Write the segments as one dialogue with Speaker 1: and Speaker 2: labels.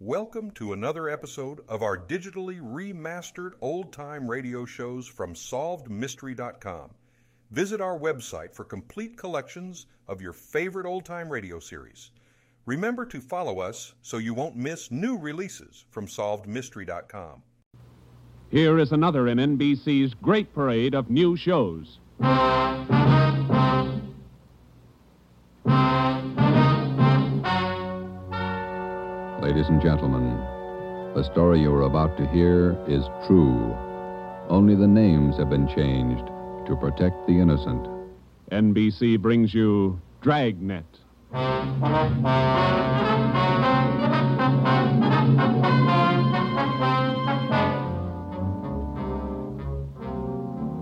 Speaker 1: Welcome to another episode of our digitally remastered old time radio shows from SolvedMystery.com. Visit our website for complete collections of your favorite old time radio series. Remember to follow us so you won't miss new releases from SolvedMystery.com.
Speaker 2: Here is another in NBC's great parade of new shows.
Speaker 3: Ladies and gentlemen, the story you are about to hear is true. Only the names have been changed to protect the innocent.
Speaker 2: NBC brings you Dragnet.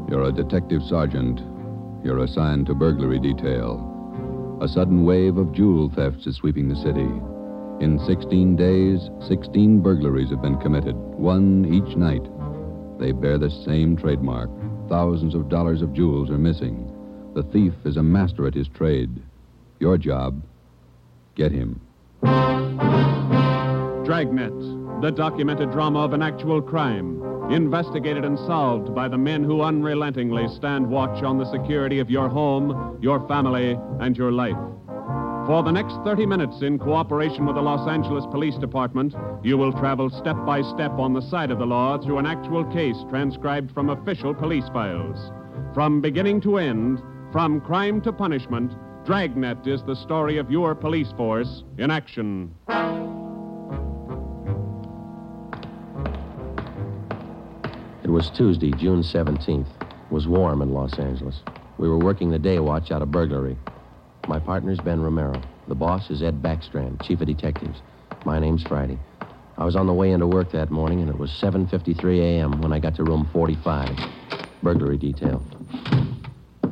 Speaker 3: You're a detective sergeant. You're assigned to burglary detail. A sudden wave of jewel thefts is sweeping the city. In 16 days, 16 burglaries have been committed, one each night. They bear the same trademark. Thousands of dollars of jewels are missing. The thief is a master at his trade. Your job, get him.
Speaker 2: Dragnet, the documented drama of an actual crime, investigated and solved by the men who unrelentingly stand watch on the security of your home, your family, and your life. For the next 30 minutes, in cooperation with the Los Angeles Police Department, you will travel step by step on the side of the law through an actual case transcribed from official police files. From beginning to end, from crime to punishment, Dragnet is the story of your police force in action.
Speaker 4: It was Tuesday, June 17th. It was warm in Los Angeles. We were working the day watch out of burglary. My partner's Ben Romero. The boss is Ed Backstrand, chief of detectives. My name's Friday. I was on the way into work that morning, and it was 7.53 a.m. when I got to room 45. Burglary detail.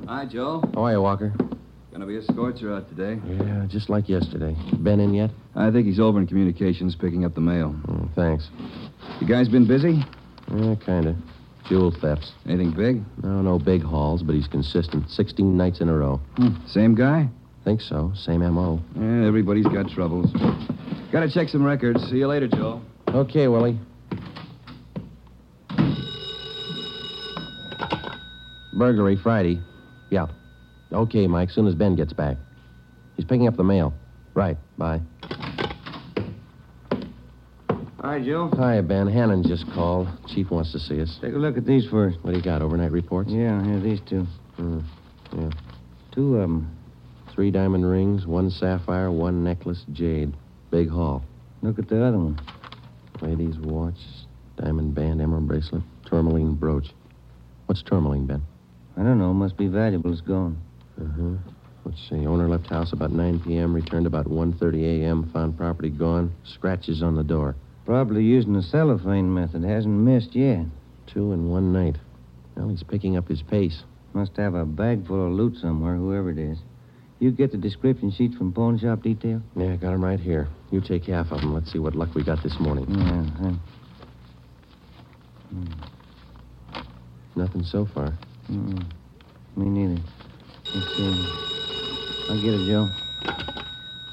Speaker 5: Hi, Joe.
Speaker 4: How are you, Walker?
Speaker 5: Gonna be a scorcher out today.
Speaker 4: Yeah, just like yesterday. Ben in yet?
Speaker 5: I think he's over in communications picking up the mail.
Speaker 4: Mm, thanks.
Speaker 5: You guys been busy?
Speaker 4: Yeah, kinda. Jewel thefts.
Speaker 5: Anything big?
Speaker 4: No, no big hauls, but he's consistent. 16 nights in a row.
Speaker 3: Hmm.
Speaker 5: Same guy?
Speaker 4: Think so. Same M.O.
Speaker 5: Yeah, everybody's got troubles. Gotta check some records. See you later, Joe.
Speaker 4: Okay, Willie. Burglary Friday. Yeah. Okay, Mike. Soon as Ben gets back. He's picking up the mail. Right. Bye.
Speaker 5: Hi, Joe.
Speaker 4: Hi, Ben. Hannon just called. Chief wants to see us.
Speaker 6: Take a look at these first.
Speaker 4: What do you got? Overnight reports?
Speaker 6: Yeah, here, these two.
Speaker 4: Mm, yeah.
Speaker 6: Two um, of them.
Speaker 4: Three diamond rings, one sapphire, one necklace, jade. Big haul.
Speaker 6: Look at the other one.
Speaker 4: Ladies' watch, diamond band, emerald bracelet, tourmaline brooch. What's tourmaline, Ben?
Speaker 6: I don't know. Must be valuable. It's gone.
Speaker 4: Uh-huh. Let's see. Owner left house about 9 p.m., returned about 1.30 a.m., found property gone, scratches on the door.
Speaker 6: Probably using the cellophane method. Hasn't missed yet.
Speaker 4: Two in one night. Well, he's picking up his pace.
Speaker 6: Must have a bag full of loot somewhere, whoever it is. You get the description sheets from pawn shop detail?
Speaker 4: Yeah, I got him right here. You take half of them. Let's see what luck we got this morning.
Speaker 6: Yeah, thanks.
Speaker 4: Nothing so far.
Speaker 6: Mm-mm. Me neither. Let's see. I'll get it, Joe.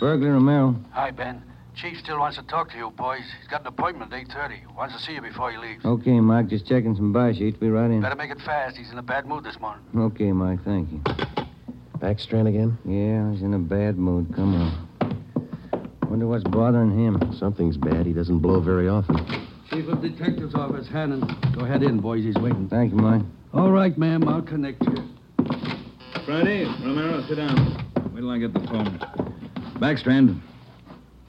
Speaker 6: Burglar Romero.
Speaker 7: Hi, Ben. Chief still wants to talk to you, boys. He's got an appointment at 8.30. Wants to see you before he leaves.
Speaker 6: Okay, Mike. Just checking some buy sheets. Be right in.
Speaker 7: Better make it fast. He's in a bad mood this morning.
Speaker 6: Okay, Mike. Thank you.
Speaker 4: Backstrand again?
Speaker 6: Yeah, I was in a bad mood. Come on. Wonder what's bothering him.
Speaker 4: Something's bad. He doesn't blow very often.
Speaker 8: Chief of Detectives Office, Hannon. Go ahead in, boys. He's waiting.
Speaker 6: Thank you, Mike.
Speaker 8: All right, ma'am. I'll connect you.
Speaker 5: Friday, Romero, sit down. Wait till I get the phone. Backstrand.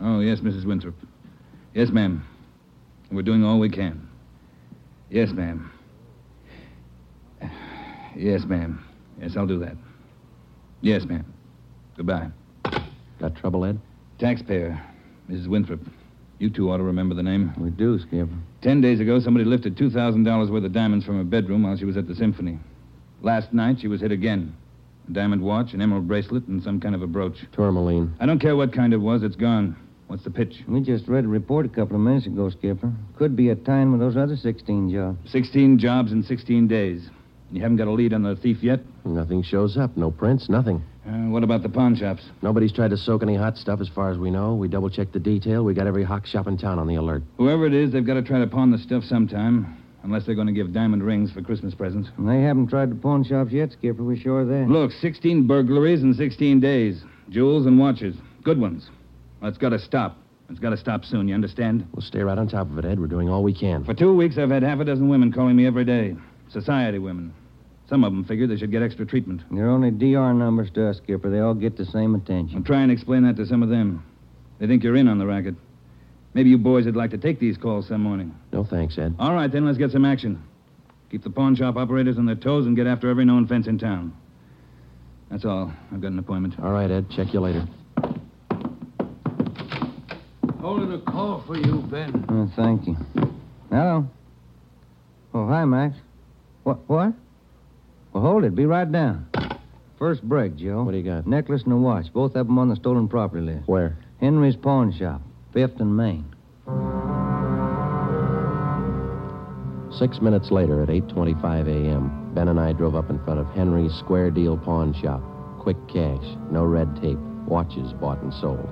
Speaker 5: Oh, yes, Mrs. Winthrop. Yes, ma'am. We're doing all we can. Yes, ma'am. Yes, ma'am. Yes, I'll do that. Yes, ma'am. Goodbye.
Speaker 4: Got trouble, Ed?
Speaker 5: Taxpayer, Mrs. Winthrop. You two ought to remember the name.
Speaker 6: We do, Skipper.
Speaker 5: Ten days ago, somebody lifted $2,000 worth of diamonds from her bedroom while she was at the symphony. Last night, she was hit again. A diamond watch, an emerald bracelet, and some kind of a brooch.
Speaker 4: Tourmaline.
Speaker 5: I don't care what kind it was, it's gone. What's the pitch?
Speaker 6: We just read a report a couple of minutes ago, Skipper. Could be a time with those other 16 jobs.
Speaker 5: 16 jobs in 16 days. You haven't got a lead on the thief yet?
Speaker 4: Nothing shows up. No prints, nothing.
Speaker 5: Uh, what about the pawn shops?
Speaker 4: Nobody's tried to soak any hot stuff as far as we know. We double checked the detail. We got every hock shop in town on the alert.
Speaker 5: Whoever it is, they've got to try to pawn the stuff sometime. Unless they're going to give diamond rings for Christmas presents.
Speaker 6: And they haven't tried the pawn shops yet, Skipper. We sure are there.
Speaker 5: Look, 16 burglaries in 16 days. Jewels and watches. Good ones. That's got to stop. It's got to stop soon, you understand?
Speaker 4: We'll stay right on top of it, Ed. We're doing all we can.
Speaker 5: For two weeks, I've had half a dozen women calling me every day. Society women. Some of them figured they should get extra treatment.
Speaker 6: They're only DR numbers to us, Skipper. They all get the same attention.
Speaker 5: I'll try and explain that to some of them. They think you're in on the racket. Maybe you boys would like to take these calls some morning.
Speaker 4: No thanks, Ed.
Speaker 5: All right, then, let's get some action. Keep the pawn shop operators on their toes and get after every known fence in town. That's all. I've got an appointment.
Speaker 4: All right, Ed. Check you later.
Speaker 8: Holding a call for you, Ben.
Speaker 6: Oh, thank you. Hello. Oh, hi, Max. What? What? Well, hold it. Be right down. First break, Joe.
Speaker 4: What do you got?
Speaker 6: Necklace and a watch. Both of them on the stolen property list.
Speaker 4: Where?
Speaker 6: Henry's pawn shop, Fifth and Main.
Speaker 4: Six minutes later, at 8.25 a.m., Ben and I drove up in front of Henry's Square Deal Pawn Shop. Quick cash, no red tape, watches bought and sold.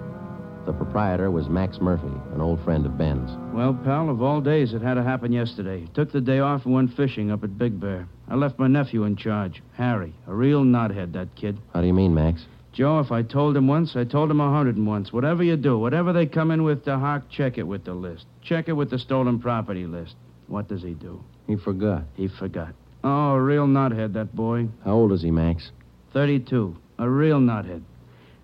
Speaker 4: The proprietor was Max Murphy, an old friend of Ben's.
Speaker 9: Well, pal, of all days, it had to happen yesterday. Took the day off and went fishing up at Big Bear. I left my nephew in charge, Harry. A real knothead, that kid.
Speaker 4: How do you mean, Max?
Speaker 9: Joe, if I told him once, I told him a hundred and once. Whatever you do, whatever they come in with to hock, check it with the list. Check it with the stolen property list. What does he do?
Speaker 6: He forgot.
Speaker 9: He forgot. Oh, a real knothead, that boy.
Speaker 4: How old is he, Max?
Speaker 9: 32. A real knothead.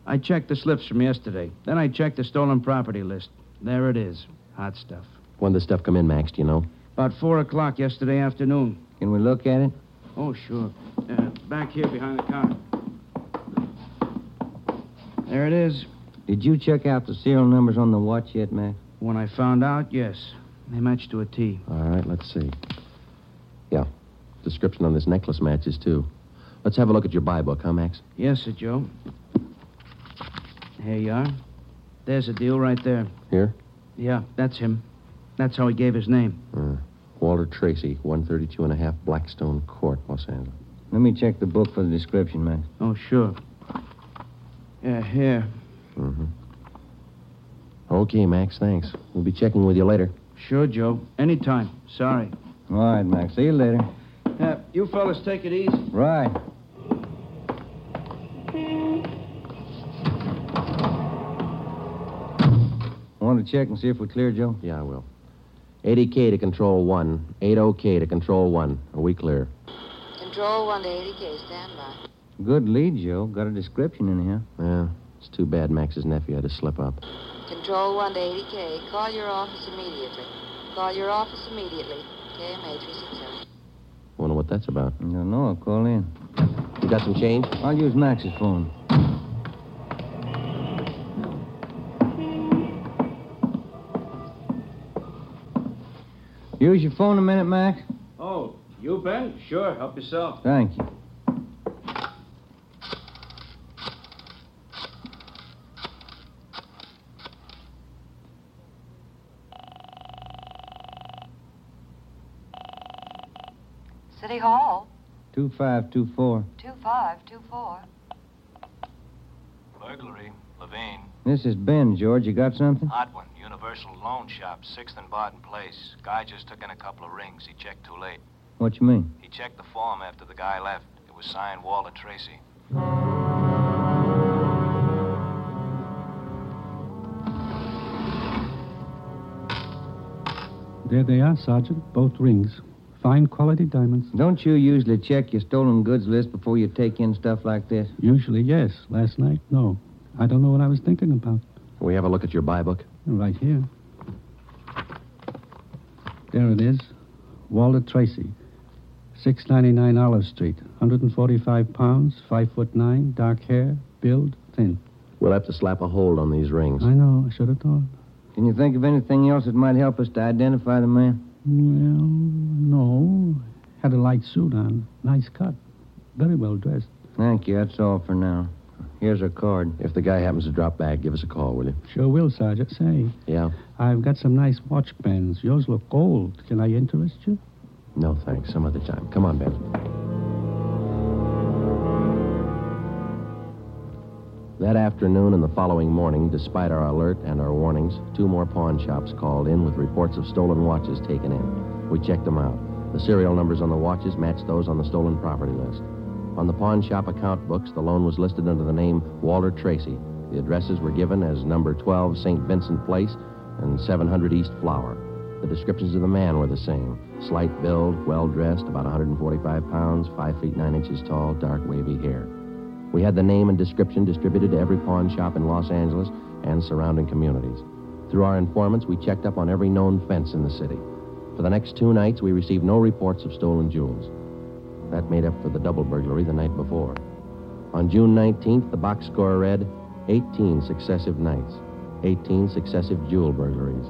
Speaker 9: I checked the slips from yesterday. Then I checked the stolen property list. There it is. Hot stuff.
Speaker 4: When did the stuff come in, Max, do you know?
Speaker 9: About 4 o'clock yesterday afternoon.
Speaker 6: Can we look at it?
Speaker 9: Oh, sure. Uh, back here behind the car. There it is.
Speaker 6: Did you check out the serial numbers on the watch yet, Max?
Speaker 9: When I found out, yes. They match to a T.
Speaker 4: All right, let's see. Yeah, description on this necklace matches, too. Let's have a look at your buy book, huh, Max?
Speaker 9: Yes, sir, Joe. Here you are. There's the deal right there.
Speaker 4: Here?
Speaker 9: Yeah, that's him. That's how he gave his name.
Speaker 4: Uh, Walter Tracy, 132 and a half Blackstone Court, Los Angeles.
Speaker 6: Let me check the book for the description, Max.
Speaker 9: Oh, sure. Yeah, here.
Speaker 4: Mm-hmm. Okay, Max, thanks. We'll be checking with you later.
Speaker 9: Sure, Joe. Anytime. Sorry.
Speaker 6: All right, Max. See you later.
Speaker 9: Uh, you fellas take it easy.
Speaker 6: Right. Want to check and see if we're clear, Joe?
Speaker 4: Yeah, I will. 80K to control one. 80K to control one. Are we clear?
Speaker 10: Control 1 to 80K, stand by.
Speaker 6: Good lead, Joe. Got a description in here.
Speaker 4: Yeah, it's too bad Max's nephew had to slip up.
Speaker 10: Control 1 to 80K, call your office immediately. Call your office immediately. KMA 367.
Speaker 4: Wonder what that's about.
Speaker 6: I don't know. I'll call in.
Speaker 4: You got some change?
Speaker 6: I'll use Max's phone. Use your phone a minute, Max.
Speaker 9: Oh, you, Ben? Sure, help yourself.
Speaker 6: Thank you.
Speaker 10: City Hall,
Speaker 6: 2524.
Speaker 10: 2524.
Speaker 11: Burglary, Levine.
Speaker 6: This is Ben, George. You got something?
Speaker 11: Odd one. Universal Loan Shop, 6th and Barton Place. Guy just took in a couple of rings. He checked too late.
Speaker 6: What you mean?
Speaker 11: He checked the form after the guy left. It was signed Walter Tracy.
Speaker 12: There they are, Sergeant. Both rings. Fine quality diamonds.
Speaker 6: Don't you usually check your stolen goods list before you take in stuff like this?
Speaker 12: Usually, yes. Last night, no. I don't know what I was thinking about.
Speaker 4: Can we have a look at your buy book?
Speaker 12: Right here. There it is. Walter Tracy. 699 Olive Street. 145 pounds, 5 foot 9, dark hair, build, thin.
Speaker 4: We'll have to slap a hold on these rings.
Speaker 12: I know, I should have thought.
Speaker 6: Can you think of anything else that might help us to identify the man?
Speaker 12: Well, no. Had a light suit on. Nice cut. Very well dressed.
Speaker 6: Thank you. That's all for now. Here's her card.
Speaker 4: If the guy happens to drop back, give us a call, will you?
Speaker 12: Sure will, Sergeant. Say,
Speaker 4: Yeah?
Speaker 12: I've got some nice watch bands. Yours look old. Can I interest you?
Speaker 4: No, thanks. Some other time. Come on, Ben. That afternoon and the following morning, despite our alert and our warnings, two more pawn shops called in with reports of stolen watches taken in. We checked them out. The serial numbers on the watches matched those on the stolen property list. On the pawn shop account books, the loan was listed under the name Walter Tracy. The addresses were given as number 12 St. Vincent Place and 700 East Flower. The descriptions of the man were the same slight build, well dressed, about 145 pounds, 5 feet 9 inches tall, dark wavy hair. We had the name and description distributed to every pawn shop in Los Angeles and surrounding communities. Through our informants, we checked up on every known fence in the city. For the next two nights, we received no reports of stolen jewels. That made up for the double burglary the night before. On June 19th, the box score read 18 successive nights, 18 successive jewel burglaries.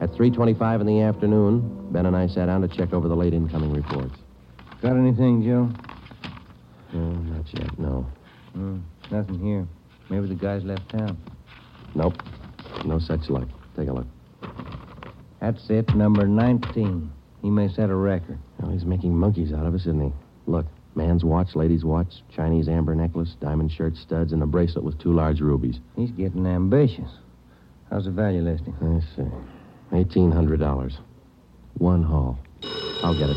Speaker 4: At 3:25 in the afternoon, Ben and I sat down to check over the late incoming reports.
Speaker 6: Got anything, Joe?
Speaker 4: No, not yet. No.
Speaker 6: Hmm, nothing here. Maybe the guy's left town.
Speaker 4: Nope. No such luck. Take a look.
Speaker 6: That's it, number 19. He may set a record.
Speaker 4: Well, he's making monkeys out of us, isn't he? Look, man's watch, lady's watch, Chinese amber necklace, diamond shirt studs, and a bracelet with two large rubies.
Speaker 6: He's getting ambitious. How's the value listing?
Speaker 4: I see. Eighteen hundred dollars. One haul. I'll get it.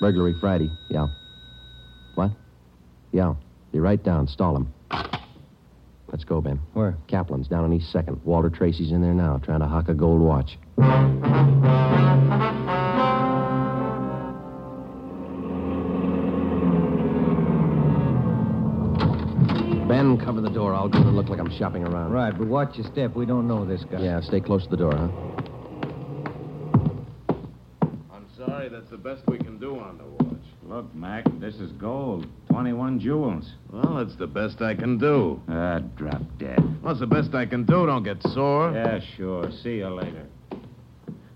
Speaker 4: Burglary Friday. Yeah. What? Yeah. Be right down. Stall him. Let's go, Ben.
Speaker 6: Where?
Speaker 4: Kaplan's down on East Second. Walter Tracy's in there now, trying to hock a gold watch. Ben, cover the door. I'll go and look like I'm shopping around.
Speaker 6: Right, but watch your step. We don't know this guy.
Speaker 4: Yeah, stay close to the door, huh?
Speaker 13: I'm sorry, that's the best we can do on the watch.
Speaker 5: Look, Mac, this is gold. 21 jewels.
Speaker 13: Well, it's the best I can do.
Speaker 5: Ah, drop dead.
Speaker 13: Well, it's the best I can do. Don't get sore.
Speaker 5: Yeah, sure. See you later.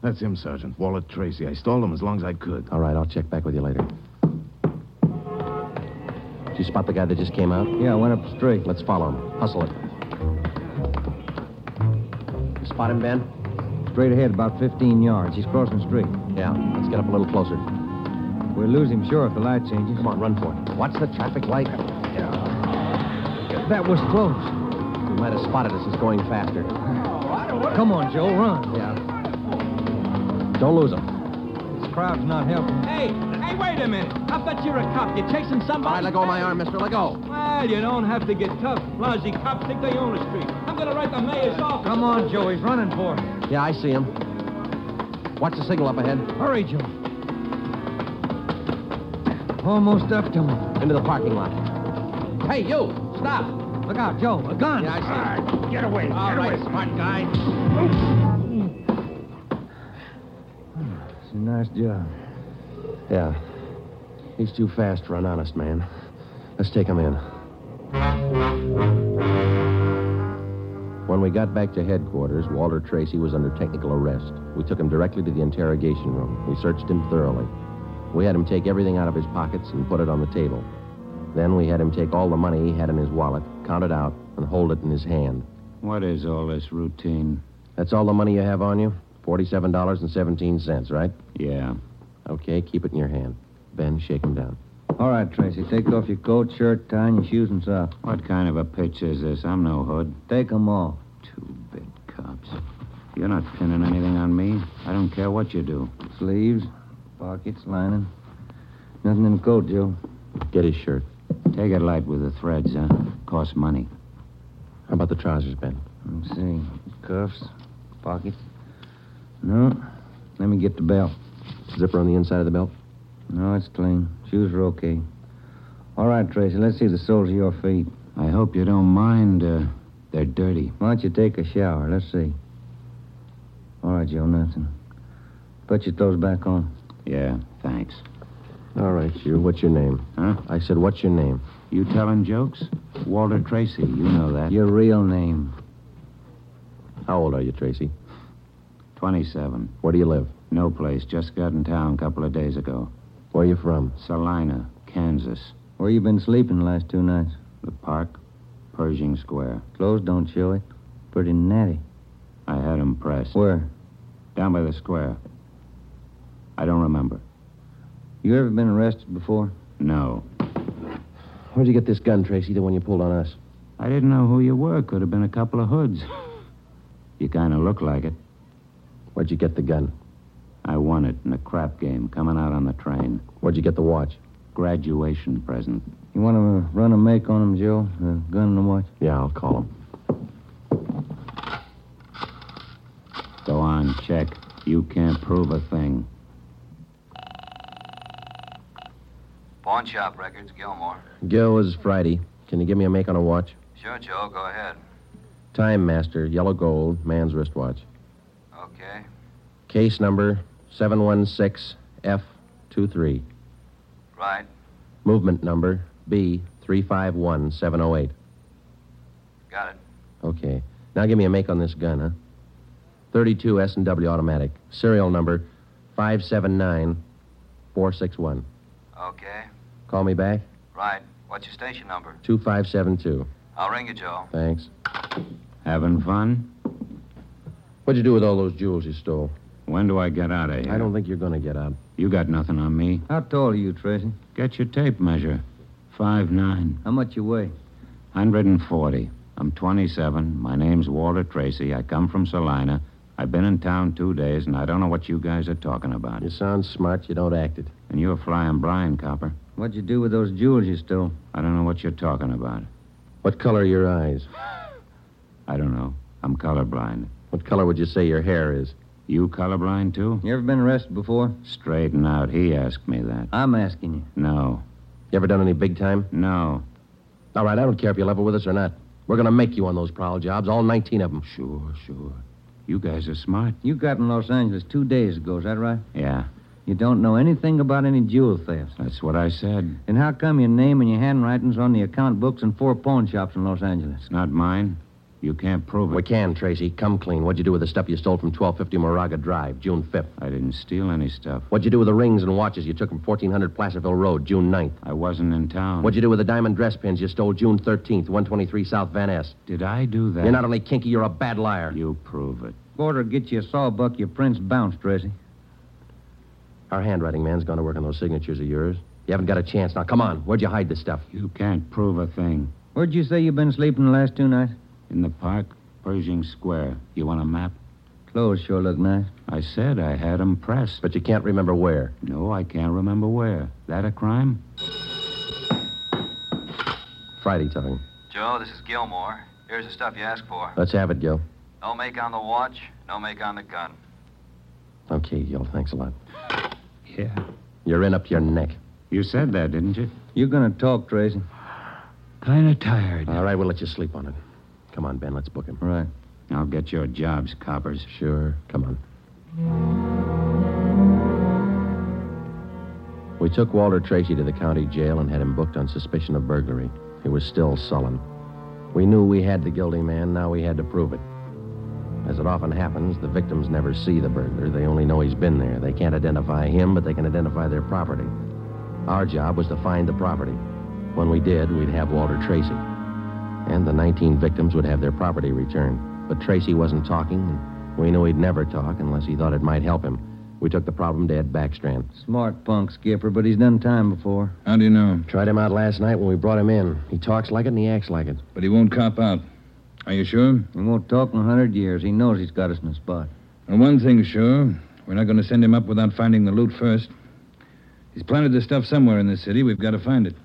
Speaker 13: That's him, Sergeant. Wallet Tracy. I stole him as long as I could.
Speaker 4: All right, I'll check back with you later. Did you spot the guy that just came out?
Speaker 6: Yeah, I went up straight.
Speaker 4: Let's follow him. Hustle it. You Spot him, Ben?
Speaker 6: Straight ahead, about 15 yards. He's crossing the street.
Speaker 4: Yeah. Let's get up a little closer.
Speaker 6: We'll lose him sure if the light changes.
Speaker 4: Come on, run for it. Watch the traffic light. Yeah.
Speaker 6: That was close.
Speaker 4: He might have spotted us. He's going faster.
Speaker 6: Come on, Joe, run.
Speaker 4: Yeah. Don't lose him.
Speaker 6: This crowd's not helping.
Speaker 14: Hey, hey, wait a minute. I bet you're a cop. You're chasing somebody.
Speaker 4: All right, let go of my arm, mister. Let go.
Speaker 14: Well, you don't have to get tough. Lousy cops think they own the street. I'm going to write the mayor's office.
Speaker 6: Come on, Joe. He's running for it.
Speaker 4: Yeah, I see him. Watch the signal up ahead.
Speaker 6: Hurry, Joe. Almost up to him.
Speaker 4: Into the parking lot. Hey, you! Stop!
Speaker 6: Look out, Joe. A gun.
Speaker 4: Yeah, I see him.
Speaker 13: Get away.
Speaker 4: All right, smart guy.
Speaker 6: It's a nice job.
Speaker 4: Yeah. He's too fast for an honest man. Let's take him in. When we got back to headquarters, Walter Tracy was under technical arrest. We took him directly to the interrogation room. We searched him thoroughly. We had him take everything out of his pockets and put it on the table. Then we had him take all the money he had in his wallet, count it out, and hold it in his hand.
Speaker 5: What is all this routine?
Speaker 4: That's all the money you have on you? $47.17, right?
Speaker 5: Yeah.
Speaker 4: Okay, keep it in your hand. Ben, shake him down.
Speaker 6: All right, Tracy. Take off your coat, shirt, tie, and your shoes and socks.
Speaker 5: What kind of a pitch is this? I'm no hood.
Speaker 6: Take 'em off.
Speaker 5: Two-bit cops. You're not pinning anything on me. I don't care what you do.
Speaker 6: Sleeves, pockets, lining. Nothing in the coat, Joe.
Speaker 4: Get his shirt.
Speaker 5: Take it light with the threads, huh? Costs money.
Speaker 4: How about the trousers, Ben?
Speaker 6: Let me see. Cuffs, pockets. No. Let me get the belt.
Speaker 4: Zipper on the inside of the belt?
Speaker 6: No, it's clean. Shoes are okay. All right, Tracy, let's see the soles of your feet.
Speaker 5: I hope you don't mind. Uh, they're dirty.
Speaker 6: Why don't you take a shower? Let's see. All right, Joe, nothing. Put your clothes back on.
Speaker 5: Yeah, thanks.
Speaker 4: All right, you. What's your name?
Speaker 5: Huh?
Speaker 4: I said, what's your name?
Speaker 5: You telling jokes? Walter Tracy, you know that.
Speaker 6: Your real name.
Speaker 4: How old are you, Tracy?
Speaker 5: 27.
Speaker 4: Where do you live?
Speaker 5: No place. Just got in town a couple of days ago.
Speaker 4: Where are you from?
Speaker 5: Salina, Kansas.
Speaker 6: Where you been sleeping the last two nights?
Speaker 5: The park, Pershing Square.
Speaker 6: Clothes don't show it. Pretty natty.
Speaker 5: I had him pressed.
Speaker 6: Where?
Speaker 5: Down by the square. I don't remember.
Speaker 6: You ever been arrested before?
Speaker 5: No.
Speaker 4: Where'd you get this gun, Tracy, the one you pulled on us?
Speaker 5: I didn't know who you were. Could have been a couple of hoods. You kind of look like it.
Speaker 4: Where'd you get the gun?
Speaker 5: I won it in a crap game coming out on the train.
Speaker 4: Where'd you get the watch?
Speaker 5: Graduation present.
Speaker 15: You want to uh, run a make on him, Joe? A gun and a watch?
Speaker 4: Yeah, I'll call him.
Speaker 5: Go on, check. You can't prove a thing.
Speaker 11: Pawn shop records, Gilmore.
Speaker 4: Gil is Friday. Can you give me a make on a watch?
Speaker 11: Sure, Joe, go ahead.
Speaker 4: Time Master, yellow gold, man's wristwatch.
Speaker 11: Okay.
Speaker 4: Case number 716F23.
Speaker 11: Right.
Speaker 4: Movement number B351708.
Speaker 11: Got it.
Speaker 4: Okay. Now give me a make on this gun, huh? 32 S&W automatic. Serial number 579461.
Speaker 11: Okay.
Speaker 4: Call me back
Speaker 11: Right. What's your station number?
Speaker 4: 2572.
Speaker 11: I'll ring you, Joe.
Speaker 4: Thanks.
Speaker 5: Having fun?
Speaker 4: What'd you do with all those jewels you stole?
Speaker 5: When do I get out of here?
Speaker 4: I don't think you're going to get out.
Speaker 5: You got nothing on me.
Speaker 15: How tall are you, Tracy?
Speaker 5: Get your tape measure. Five nine.
Speaker 15: How much you weigh?
Speaker 5: 140. I'm 27. My name's Walter Tracy. I come from Salina. I've been in town two days, and I don't know what you guys are talking about.
Speaker 4: You sound smart. You don't act it.
Speaker 5: And you're flying blind, copper.
Speaker 15: What'd you do with those jewels you stole?
Speaker 5: I don't know what you're talking about.
Speaker 4: What color are your eyes?
Speaker 5: I don't know. I'm colorblind.
Speaker 4: What color would you say your hair is?
Speaker 5: You colorblind, too?
Speaker 15: You ever been arrested before?
Speaker 5: Straighten out. He asked me that.
Speaker 15: I'm asking you.
Speaker 5: No.
Speaker 4: You ever done any big time?
Speaker 5: No.
Speaker 4: All right, I don't care if you level with us or not. We're going to make you on those prowl jobs, all 19 of them.
Speaker 5: Sure, sure. You guys are smart.
Speaker 15: You got in Los Angeles two days ago, is that right?
Speaker 5: Yeah.
Speaker 15: You don't know anything about any jewel thefts.
Speaker 5: That's what I said.
Speaker 15: Then how come your name and your handwriting's on the account books in four pawn shops in Los Angeles?
Speaker 5: It's not mine. You can't prove it.
Speaker 4: We can, Tracy. Come clean. What'd you do with the stuff you stole from 1250 Moraga Drive, June 5th?
Speaker 5: I didn't steal any stuff.
Speaker 4: What'd you do with the rings and watches you took from 1400 Placerville Road, June 9th?
Speaker 5: I wasn't in town.
Speaker 4: What'd you do with the diamond dress pins you stole June 13th, 123 South Van Ness?
Speaker 5: Did I do that?
Speaker 4: You're not only kinky, you're a bad liar.
Speaker 5: You prove it.
Speaker 15: Porter, get you a sawbuck. Your prints bounced, Tracy.
Speaker 4: Our handwriting man's going to work on those signatures of yours. You haven't got a chance. Now, come on. Where'd you hide this stuff?
Speaker 5: You can't prove a thing.
Speaker 15: Where'd you say you've been sleeping the last two nights?
Speaker 5: In the park, Pershing Square. You want a map?
Speaker 15: Clothes sure look nice.
Speaker 5: I said I had 'em pressed.
Speaker 4: But you can't remember where.
Speaker 5: No, I can't remember where. That a crime?
Speaker 4: Friday talking.
Speaker 11: Joe, this is Gilmore. Here's the stuff you asked for.
Speaker 4: Let's have it, Gil.
Speaker 11: No make on the watch, no make on the gun.
Speaker 4: Okay, Gil. Thanks a lot.
Speaker 5: Yeah.
Speaker 4: You're in up to your neck.
Speaker 5: You said that, didn't you?
Speaker 15: You're going to talk, Tracy.
Speaker 5: Kind of tired.
Speaker 4: All right, we'll let you sleep on it. Come on, Ben. Let's book him.
Speaker 15: Right.
Speaker 5: I'll get your jobs, coppers.
Speaker 4: Sure. Come on. We took Walter Tracy to the county jail and had him booked on suspicion of burglary. He was still sullen. We knew we had the guilty man, now we had to prove it. As it often happens, the victims never see the burglar. They only know he's been there. They can't identify him, but they can identify their property. Our job was to find the property. When we did, we'd have Walter Tracy. And the 19 victims would have their property returned. But Tracy wasn't talking, and we knew he'd never talk unless he thought it might help him. We took the problem to Ed Backstrand.
Speaker 15: Smart punk, Skipper, but he's done time before.
Speaker 16: How do you know?
Speaker 4: Tried him out last night when we brought him in. He talks like it and he acts like it.
Speaker 16: But he won't cop out. Are you sure?
Speaker 15: He won't talk in a hundred years. He knows he's got us in a spot.
Speaker 16: Well, one thing's sure. We're not going to send him up without finding the loot first. He's planted the stuff somewhere in this city. We've got to find it.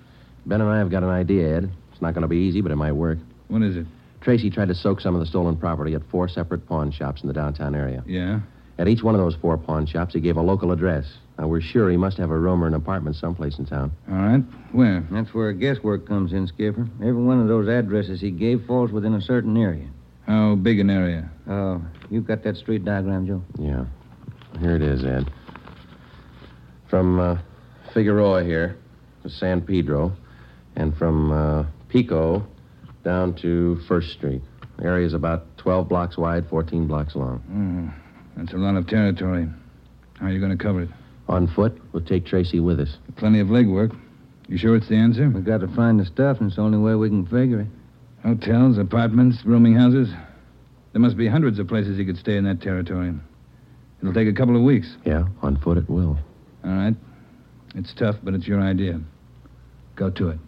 Speaker 4: Ben and I have got an idea, Ed. It's not going to be easy, but it might work.
Speaker 16: What is it?
Speaker 4: Tracy tried to soak some of the stolen property at four separate pawn shops in the downtown area.
Speaker 16: Yeah?
Speaker 4: At each one of those four pawn shops, he gave a local address. Now, we're sure he must have a room or an apartment someplace in town.
Speaker 16: All right. Where?
Speaker 15: That's where guesswork comes in, Skipper. Every one of those addresses he gave falls within a certain area.
Speaker 16: How big an area?
Speaker 15: Uh, you got that street diagram, Joe?
Speaker 4: Yeah. Here it is, Ed. From uh, Figueroa here to San Pedro, and from uh, Pico down to First Street. The area's about 12 blocks wide, 14 blocks long.
Speaker 16: Hmm. That's a lot of territory. How are you going to cover it?
Speaker 4: On foot, we'll take Tracy with us.
Speaker 16: Plenty of legwork. You sure it's the answer?
Speaker 15: We got to find the stuff, and it's the only way we can figure it.
Speaker 16: Hotels, apartments, rooming houses. There must be hundreds of places he could stay in that territory. It'll take a couple of weeks.
Speaker 4: Yeah, on foot it will.
Speaker 16: All right. It's tough, but it's your idea. Go to it.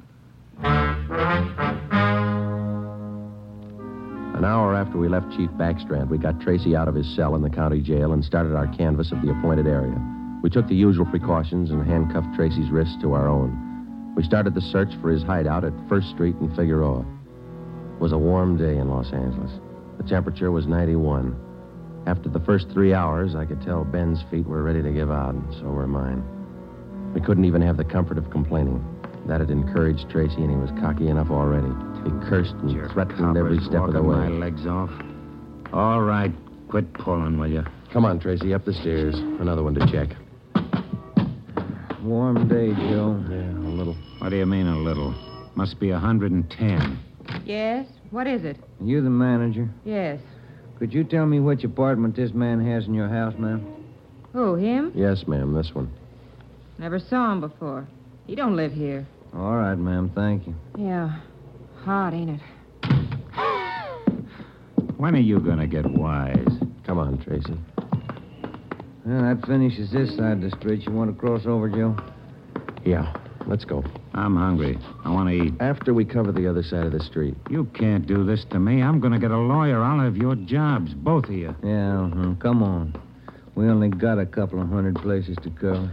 Speaker 4: An hour after we left Chief Backstrand, we got Tracy out of his cell in the county jail and started our canvass of the appointed area. We took the usual precautions and handcuffed Tracy's wrists to our own. We started the search for his hideout at First Street and Figueroa. It was a warm day in Los Angeles. The temperature was 91. After the first three hours, I could tell Ben's feet were ready to give out, and so were mine. We couldn't even have the comfort of complaining. That had encouraged Tracy, and he was cocky enough already. He cursed and threatened every
Speaker 17: Copper's
Speaker 4: step of the
Speaker 17: walking
Speaker 4: way.
Speaker 17: my legs off. All right, quit pulling, will you?
Speaker 4: Come on, Tracy, up the stairs. Another one to check.
Speaker 17: Warm day, Joe. Yeah, a little. What do you mean a little? Must be 110.
Speaker 18: Yes? What is it?
Speaker 6: You the manager.
Speaker 18: Yes.
Speaker 6: Could you tell me which apartment this man has in your house, ma'am?
Speaker 18: Who, him?
Speaker 4: Yes, ma'am, this one.
Speaker 18: Never saw him before. He don't live here.
Speaker 6: All right, ma'am. Thank you.
Speaker 18: Yeah. Hot, ain't it?
Speaker 17: When are you going to get wise?
Speaker 4: Come on, Tracy.
Speaker 6: Well, that finishes this side of the street. You want to cross over, Joe?
Speaker 4: Yeah, let's go.
Speaker 17: I'm hungry. I want to eat.
Speaker 4: After we cover the other side of the street.
Speaker 17: You can't do this to me. I'm going to get a lawyer. I'll have your jobs, both of you.
Speaker 6: Yeah, uh-huh. come on. We only got a couple of hundred places to cover.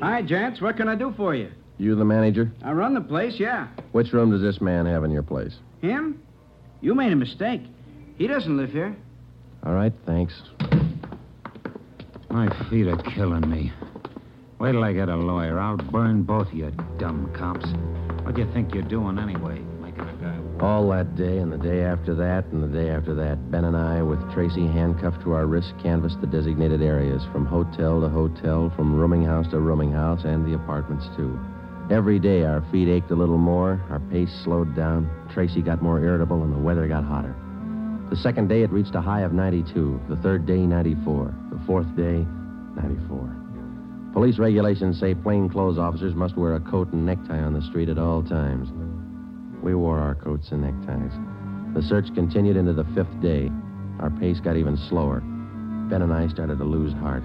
Speaker 9: Hi, gents. What can I do for you?
Speaker 4: You the manager?
Speaker 9: I run the place, yeah.
Speaker 4: Which room does this man have in your place?
Speaker 9: Him? You made a mistake. He doesn't live here.
Speaker 4: All right, thanks.
Speaker 17: My feet are killing me. Wait till I get a lawyer. I'll burn both of you dumb cops. What do you think you're doing anyway? Making a guy.
Speaker 4: All that day and the day after that and the day after that, Ben and I, with Tracy handcuffed to our wrists, canvassed the designated areas from hotel to hotel, from rooming house to rooming house, and the apartments, too. Every day our feet ached a little more, our pace slowed down, Tracy got more irritable, and the weather got hotter. The second day it reached a high of 92, the third day, 94, the fourth day, 94. Police regulations say plainclothes officers must wear a coat and necktie on the street at all times. We wore our coats and neckties. The search continued into the fifth day. Our pace got even slower. Ben and I started to lose heart.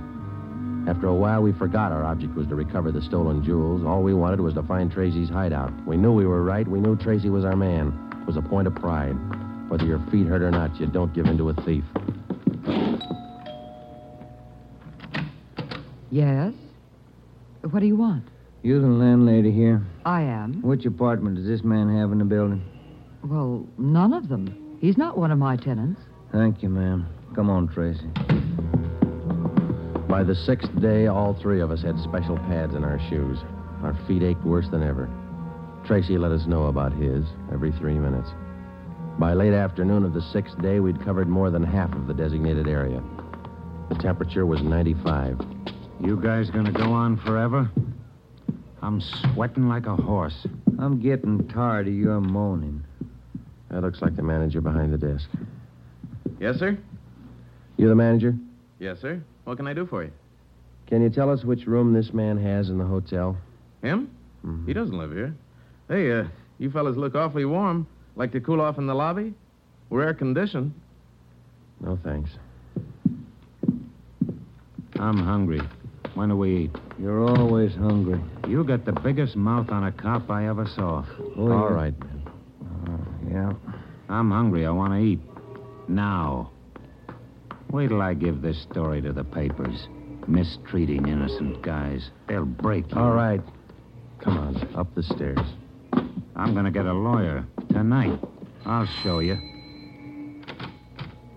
Speaker 4: After a while, we forgot our object was to recover the stolen jewels. All we wanted was to find Tracy's hideout. We knew we were right. We knew Tracy was our man. It was a point of pride. Whether your feet hurt or not, you don't give in to a thief.
Speaker 19: Yes? What do you want?
Speaker 6: You the landlady here?
Speaker 19: I am.
Speaker 6: Which apartment does this man have in the building?
Speaker 19: Well, none of them. He's not one of my tenants.
Speaker 6: Thank you, ma'am. Come on, Tracy.
Speaker 4: By the sixth day, all three of us had special pads in our shoes. Our feet ached worse than ever. Tracy let us know about his every three minutes. By late afternoon of the sixth day, we'd covered more than half of the designated area. The temperature was 95.
Speaker 17: You guys gonna go on forever? I'm sweating like a horse.
Speaker 6: I'm getting tired of your moaning.
Speaker 4: That looks like the manager behind the desk.
Speaker 20: Yes, sir?
Speaker 4: You the manager?
Speaker 20: Yes, sir. What can I do for you?
Speaker 4: Can you tell us which room this man has in the hotel?
Speaker 20: Him? He doesn't live here. Hey, uh, you fellas look awfully warm. Like to cool off in the lobby? We're air conditioned.
Speaker 4: No, thanks.
Speaker 17: I'm hungry. When do we eat?
Speaker 6: You're always hungry.
Speaker 17: You got the biggest mouth on a cop I ever saw.
Speaker 4: Oh,
Speaker 6: All yeah.
Speaker 4: right,
Speaker 17: man.
Speaker 4: Uh,
Speaker 6: yeah.
Speaker 17: I'm hungry. I want to eat. Now. Wait till I give this story to the papers. Mistreating innocent guys. They'll break you.
Speaker 4: All right. Come on, up the stairs.
Speaker 17: I'm going to get a lawyer tonight. I'll show you.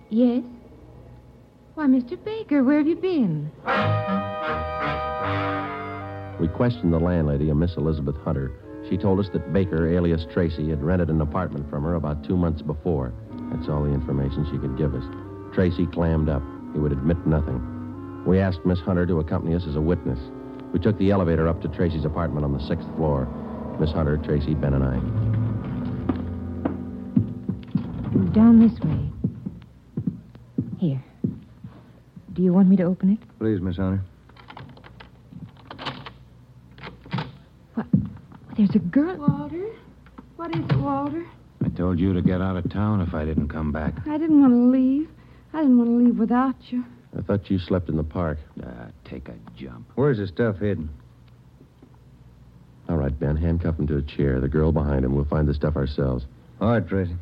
Speaker 18: Yes? Why, Mr. Baker, where have you been?
Speaker 4: We questioned the landlady, a Miss Elizabeth Hunter. She told us that Baker, alias Tracy, had rented an apartment from her about two months before. That's all the information she could give us. Tracy clammed up. He would admit nothing. We asked Miss Hunter to accompany us as a witness. We took the elevator up to Tracy's apartment on the sixth floor. Miss Hunter, Tracy, Ben, and I.
Speaker 18: Down this way. Here. Do you want me to open it?
Speaker 6: Please, Miss Hunter.
Speaker 18: There's a girl. Walter? What is it, Walter?
Speaker 17: I told you to get out of town if I didn't come back.
Speaker 18: I didn't want to leave. I didn't want to leave without you.
Speaker 4: I thought you slept in the park.
Speaker 17: Ah, Uh, take a jump.
Speaker 6: Where's the stuff hidden?
Speaker 4: All right, right, Ben. Handcuff him to a chair. The girl behind him. We'll find the stuff ourselves.
Speaker 6: All right, Tracy.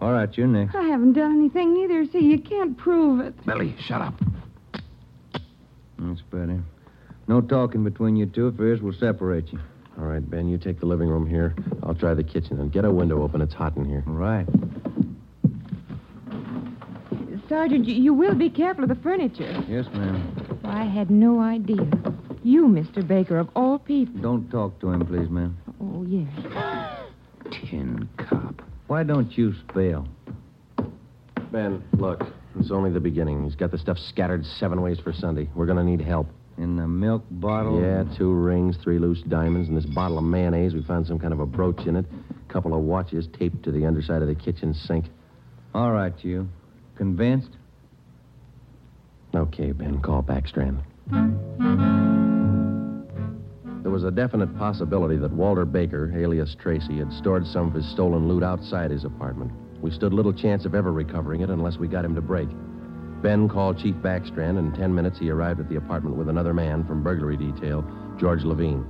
Speaker 4: All right, you're next.
Speaker 18: I haven't done anything either, see? You can't prove it.
Speaker 6: Billy, shut up. That's better. No talking between you two. If there is, we'll separate you.
Speaker 4: All right, Ben, you take the living room here. I'll try the kitchen and get a window open. It's hot in here.
Speaker 6: All right.
Speaker 18: Sergeant, you, you will be careful of the furniture.
Speaker 6: Yes, ma'am.
Speaker 18: I had no idea. You, Mr. Baker, of all people.
Speaker 6: Don't talk to him, please, ma'am.
Speaker 18: Oh, yes.
Speaker 6: Tin cop. Why don't you spell?
Speaker 4: Ben, look. It's only the beginning. He's got the stuff scattered seven ways for Sunday. We're going to need help.
Speaker 6: In the milk bottle?
Speaker 4: Yeah, two rings, three loose diamonds, and this bottle of mayonnaise. We found some kind of a brooch in it. A couple of watches taped to the underside of the kitchen sink.
Speaker 6: All right, you. Convinced?
Speaker 4: Okay, Ben, call Backstrand. There was a definite possibility that Walter Baker, alias Tracy, had stored some of his stolen loot outside his apartment. We stood little chance of ever recovering it unless we got him to break. Ben called Chief Backstrand, and in ten minutes he arrived at the apartment with another man from burglary detail, George Levine.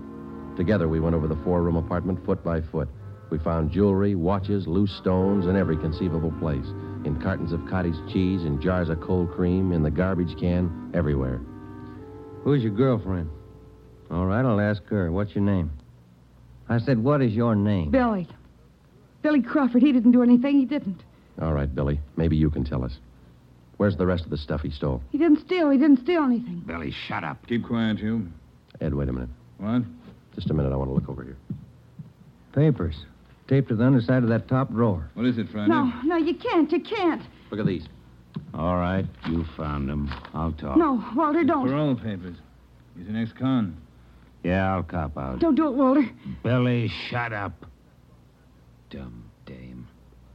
Speaker 4: Together we went over the four room apartment foot by foot. We found jewelry, watches, loose stones in every conceivable place in cartons of cottage cheese, in jars of cold cream, in the garbage can, everywhere.
Speaker 6: Who's your girlfriend? All right, I'll ask her. What's your name? I said, what is your name?
Speaker 19: Billy. Billy Crawford, he didn't do anything. He didn't.
Speaker 4: All right, Billy, maybe you can tell us. Where's the rest of the stuff he stole?
Speaker 19: He didn't steal. He didn't steal anything.
Speaker 17: Billy, shut up.
Speaker 5: Keep quiet, you.
Speaker 4: Ed, wait a minute.
Speaker 5: What?
Speaker 4: Just a minute, I want to look over here.
Speaker 6: Papers. Taped to the underside of that top drawer.
Speaker 5: What is it, Friday?
Speaker 19: No, no, you can't. You can't.
Speaker 4: Look at these.
Speaker 17: All right, you found him. I'll talk.
Speaker 19: No, Walter, don't.
Speaker 5: Parole papers. He's an ex-con.
Speaker 17: Yeah, I'll cop out.
Speaker 19: Don't do it, Walter.
Speaker 17: Billy, shut up. Dumb dame.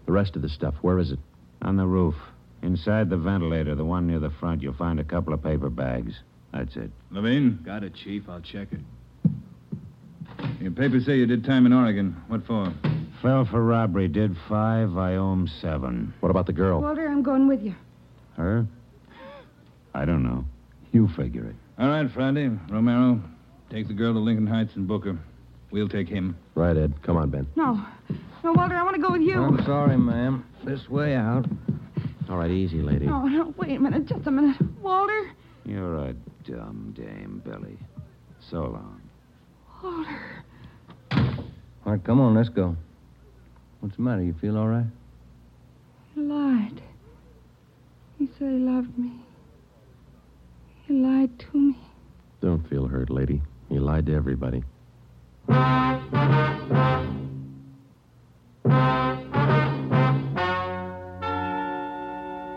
Speaker 4: The rest of the stuff, where is it?
Speaker 17: On the roof. Inside the ventilator, the one near the front, you'll find a couple of paper bags. That's it.
Speaker 5: Levine? Got it, Chief. I'll check it. Your papers say you did time in Oregon. What for?
Speaker 17: Fell for robbery, did five, I owe him seven.
Speaker 4: What about the girl?
Speaker 19: Walter, I'm going with you.
Speaker 17: Her? I don't know. You figure it.
Speaker 5: All right, Friday. Romero, take the girl to Lincoln Heights and book her. We'll take him.
Speaker 4: Right, Ed. Come on, Ben.
Speaker 19: No. No, Walter, I want to go with you.
Speaker 6: I'm sorry, ma'am. This way out.
Speaker 4: All right, easy, lady.
Speaker 19: No, no, wait a minute. Just a minute. Walter?
Speaker 17: You're a dumb dame, Billy. So long.
Speaker 19: Walter.
Speaker 6: All right, come on, let's go. What's the matter? You feel all right?
Speaker 18: He lied. He said he loved me. He lied to me.
Speaker 4: Don't feel hurt, lady. He lied to everybody.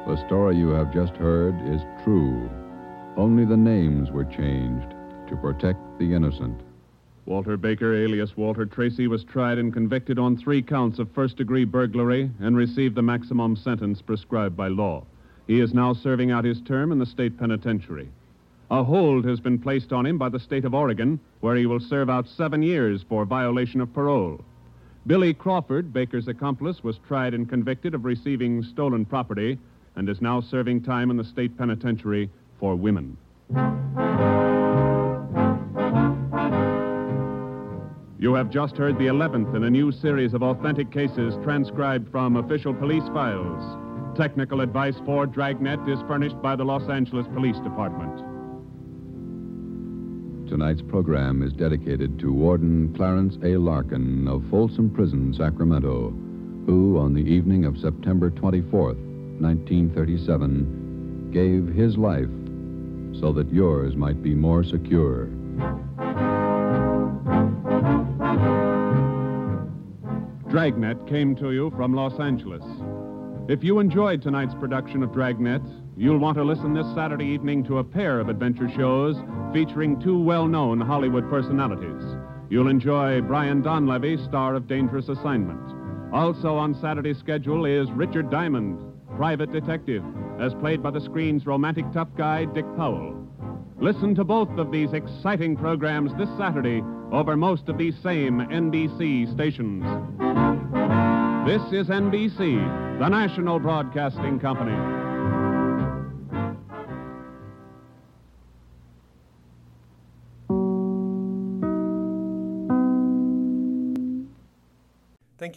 Speaker 3: The story you have just heard is true. Only the names were changed to protect the innocent.
Speaker 2: Walter Baker, alias Walter Tracy, was tried and convicted on three counts of first degree burglary and received the maximum sentence prescribed by law. He is now serving out his term in the state penitentiary. A hold has been placed on him by the state of Oregon, where he will serve out seven years for violation of parole. Billy Crawford, Baker's accomplice, was tried and convicted of receiving stolen property and is now serving time in the state penitentiary for women. You have just heard the 11th in a new series of authentic cases transcribed from official police files. Technical advice for Dragnet is furnished by the Los Angeles Police Department.
Speaker 3: Tonight's program is dedicated to Warden Clarence A. Larkin of Folsom Prison, Sacramento, who, on the evening of September 24th, 1937, gave his life so that yours might be more secure.
Speaker 2: Dragnet came to you from Los Angeles. If you enjoyed tonight's production of Dragnet, you'll want to listen this Saturday evening to a pair of adventure shows featuring two well known Hollywood personalities. You'll enjoy Brian Donlevy, star of Dangerous Assignment. Also on Saturday's schedule is Richard Diamond, private detective, as played by the screen's romantic tough guy, Dick Powell. Listen to both of these exciting programs this Saturday over most of these same NBC stations. This is NBC, the national broadcasting company.
Speaker 1: thank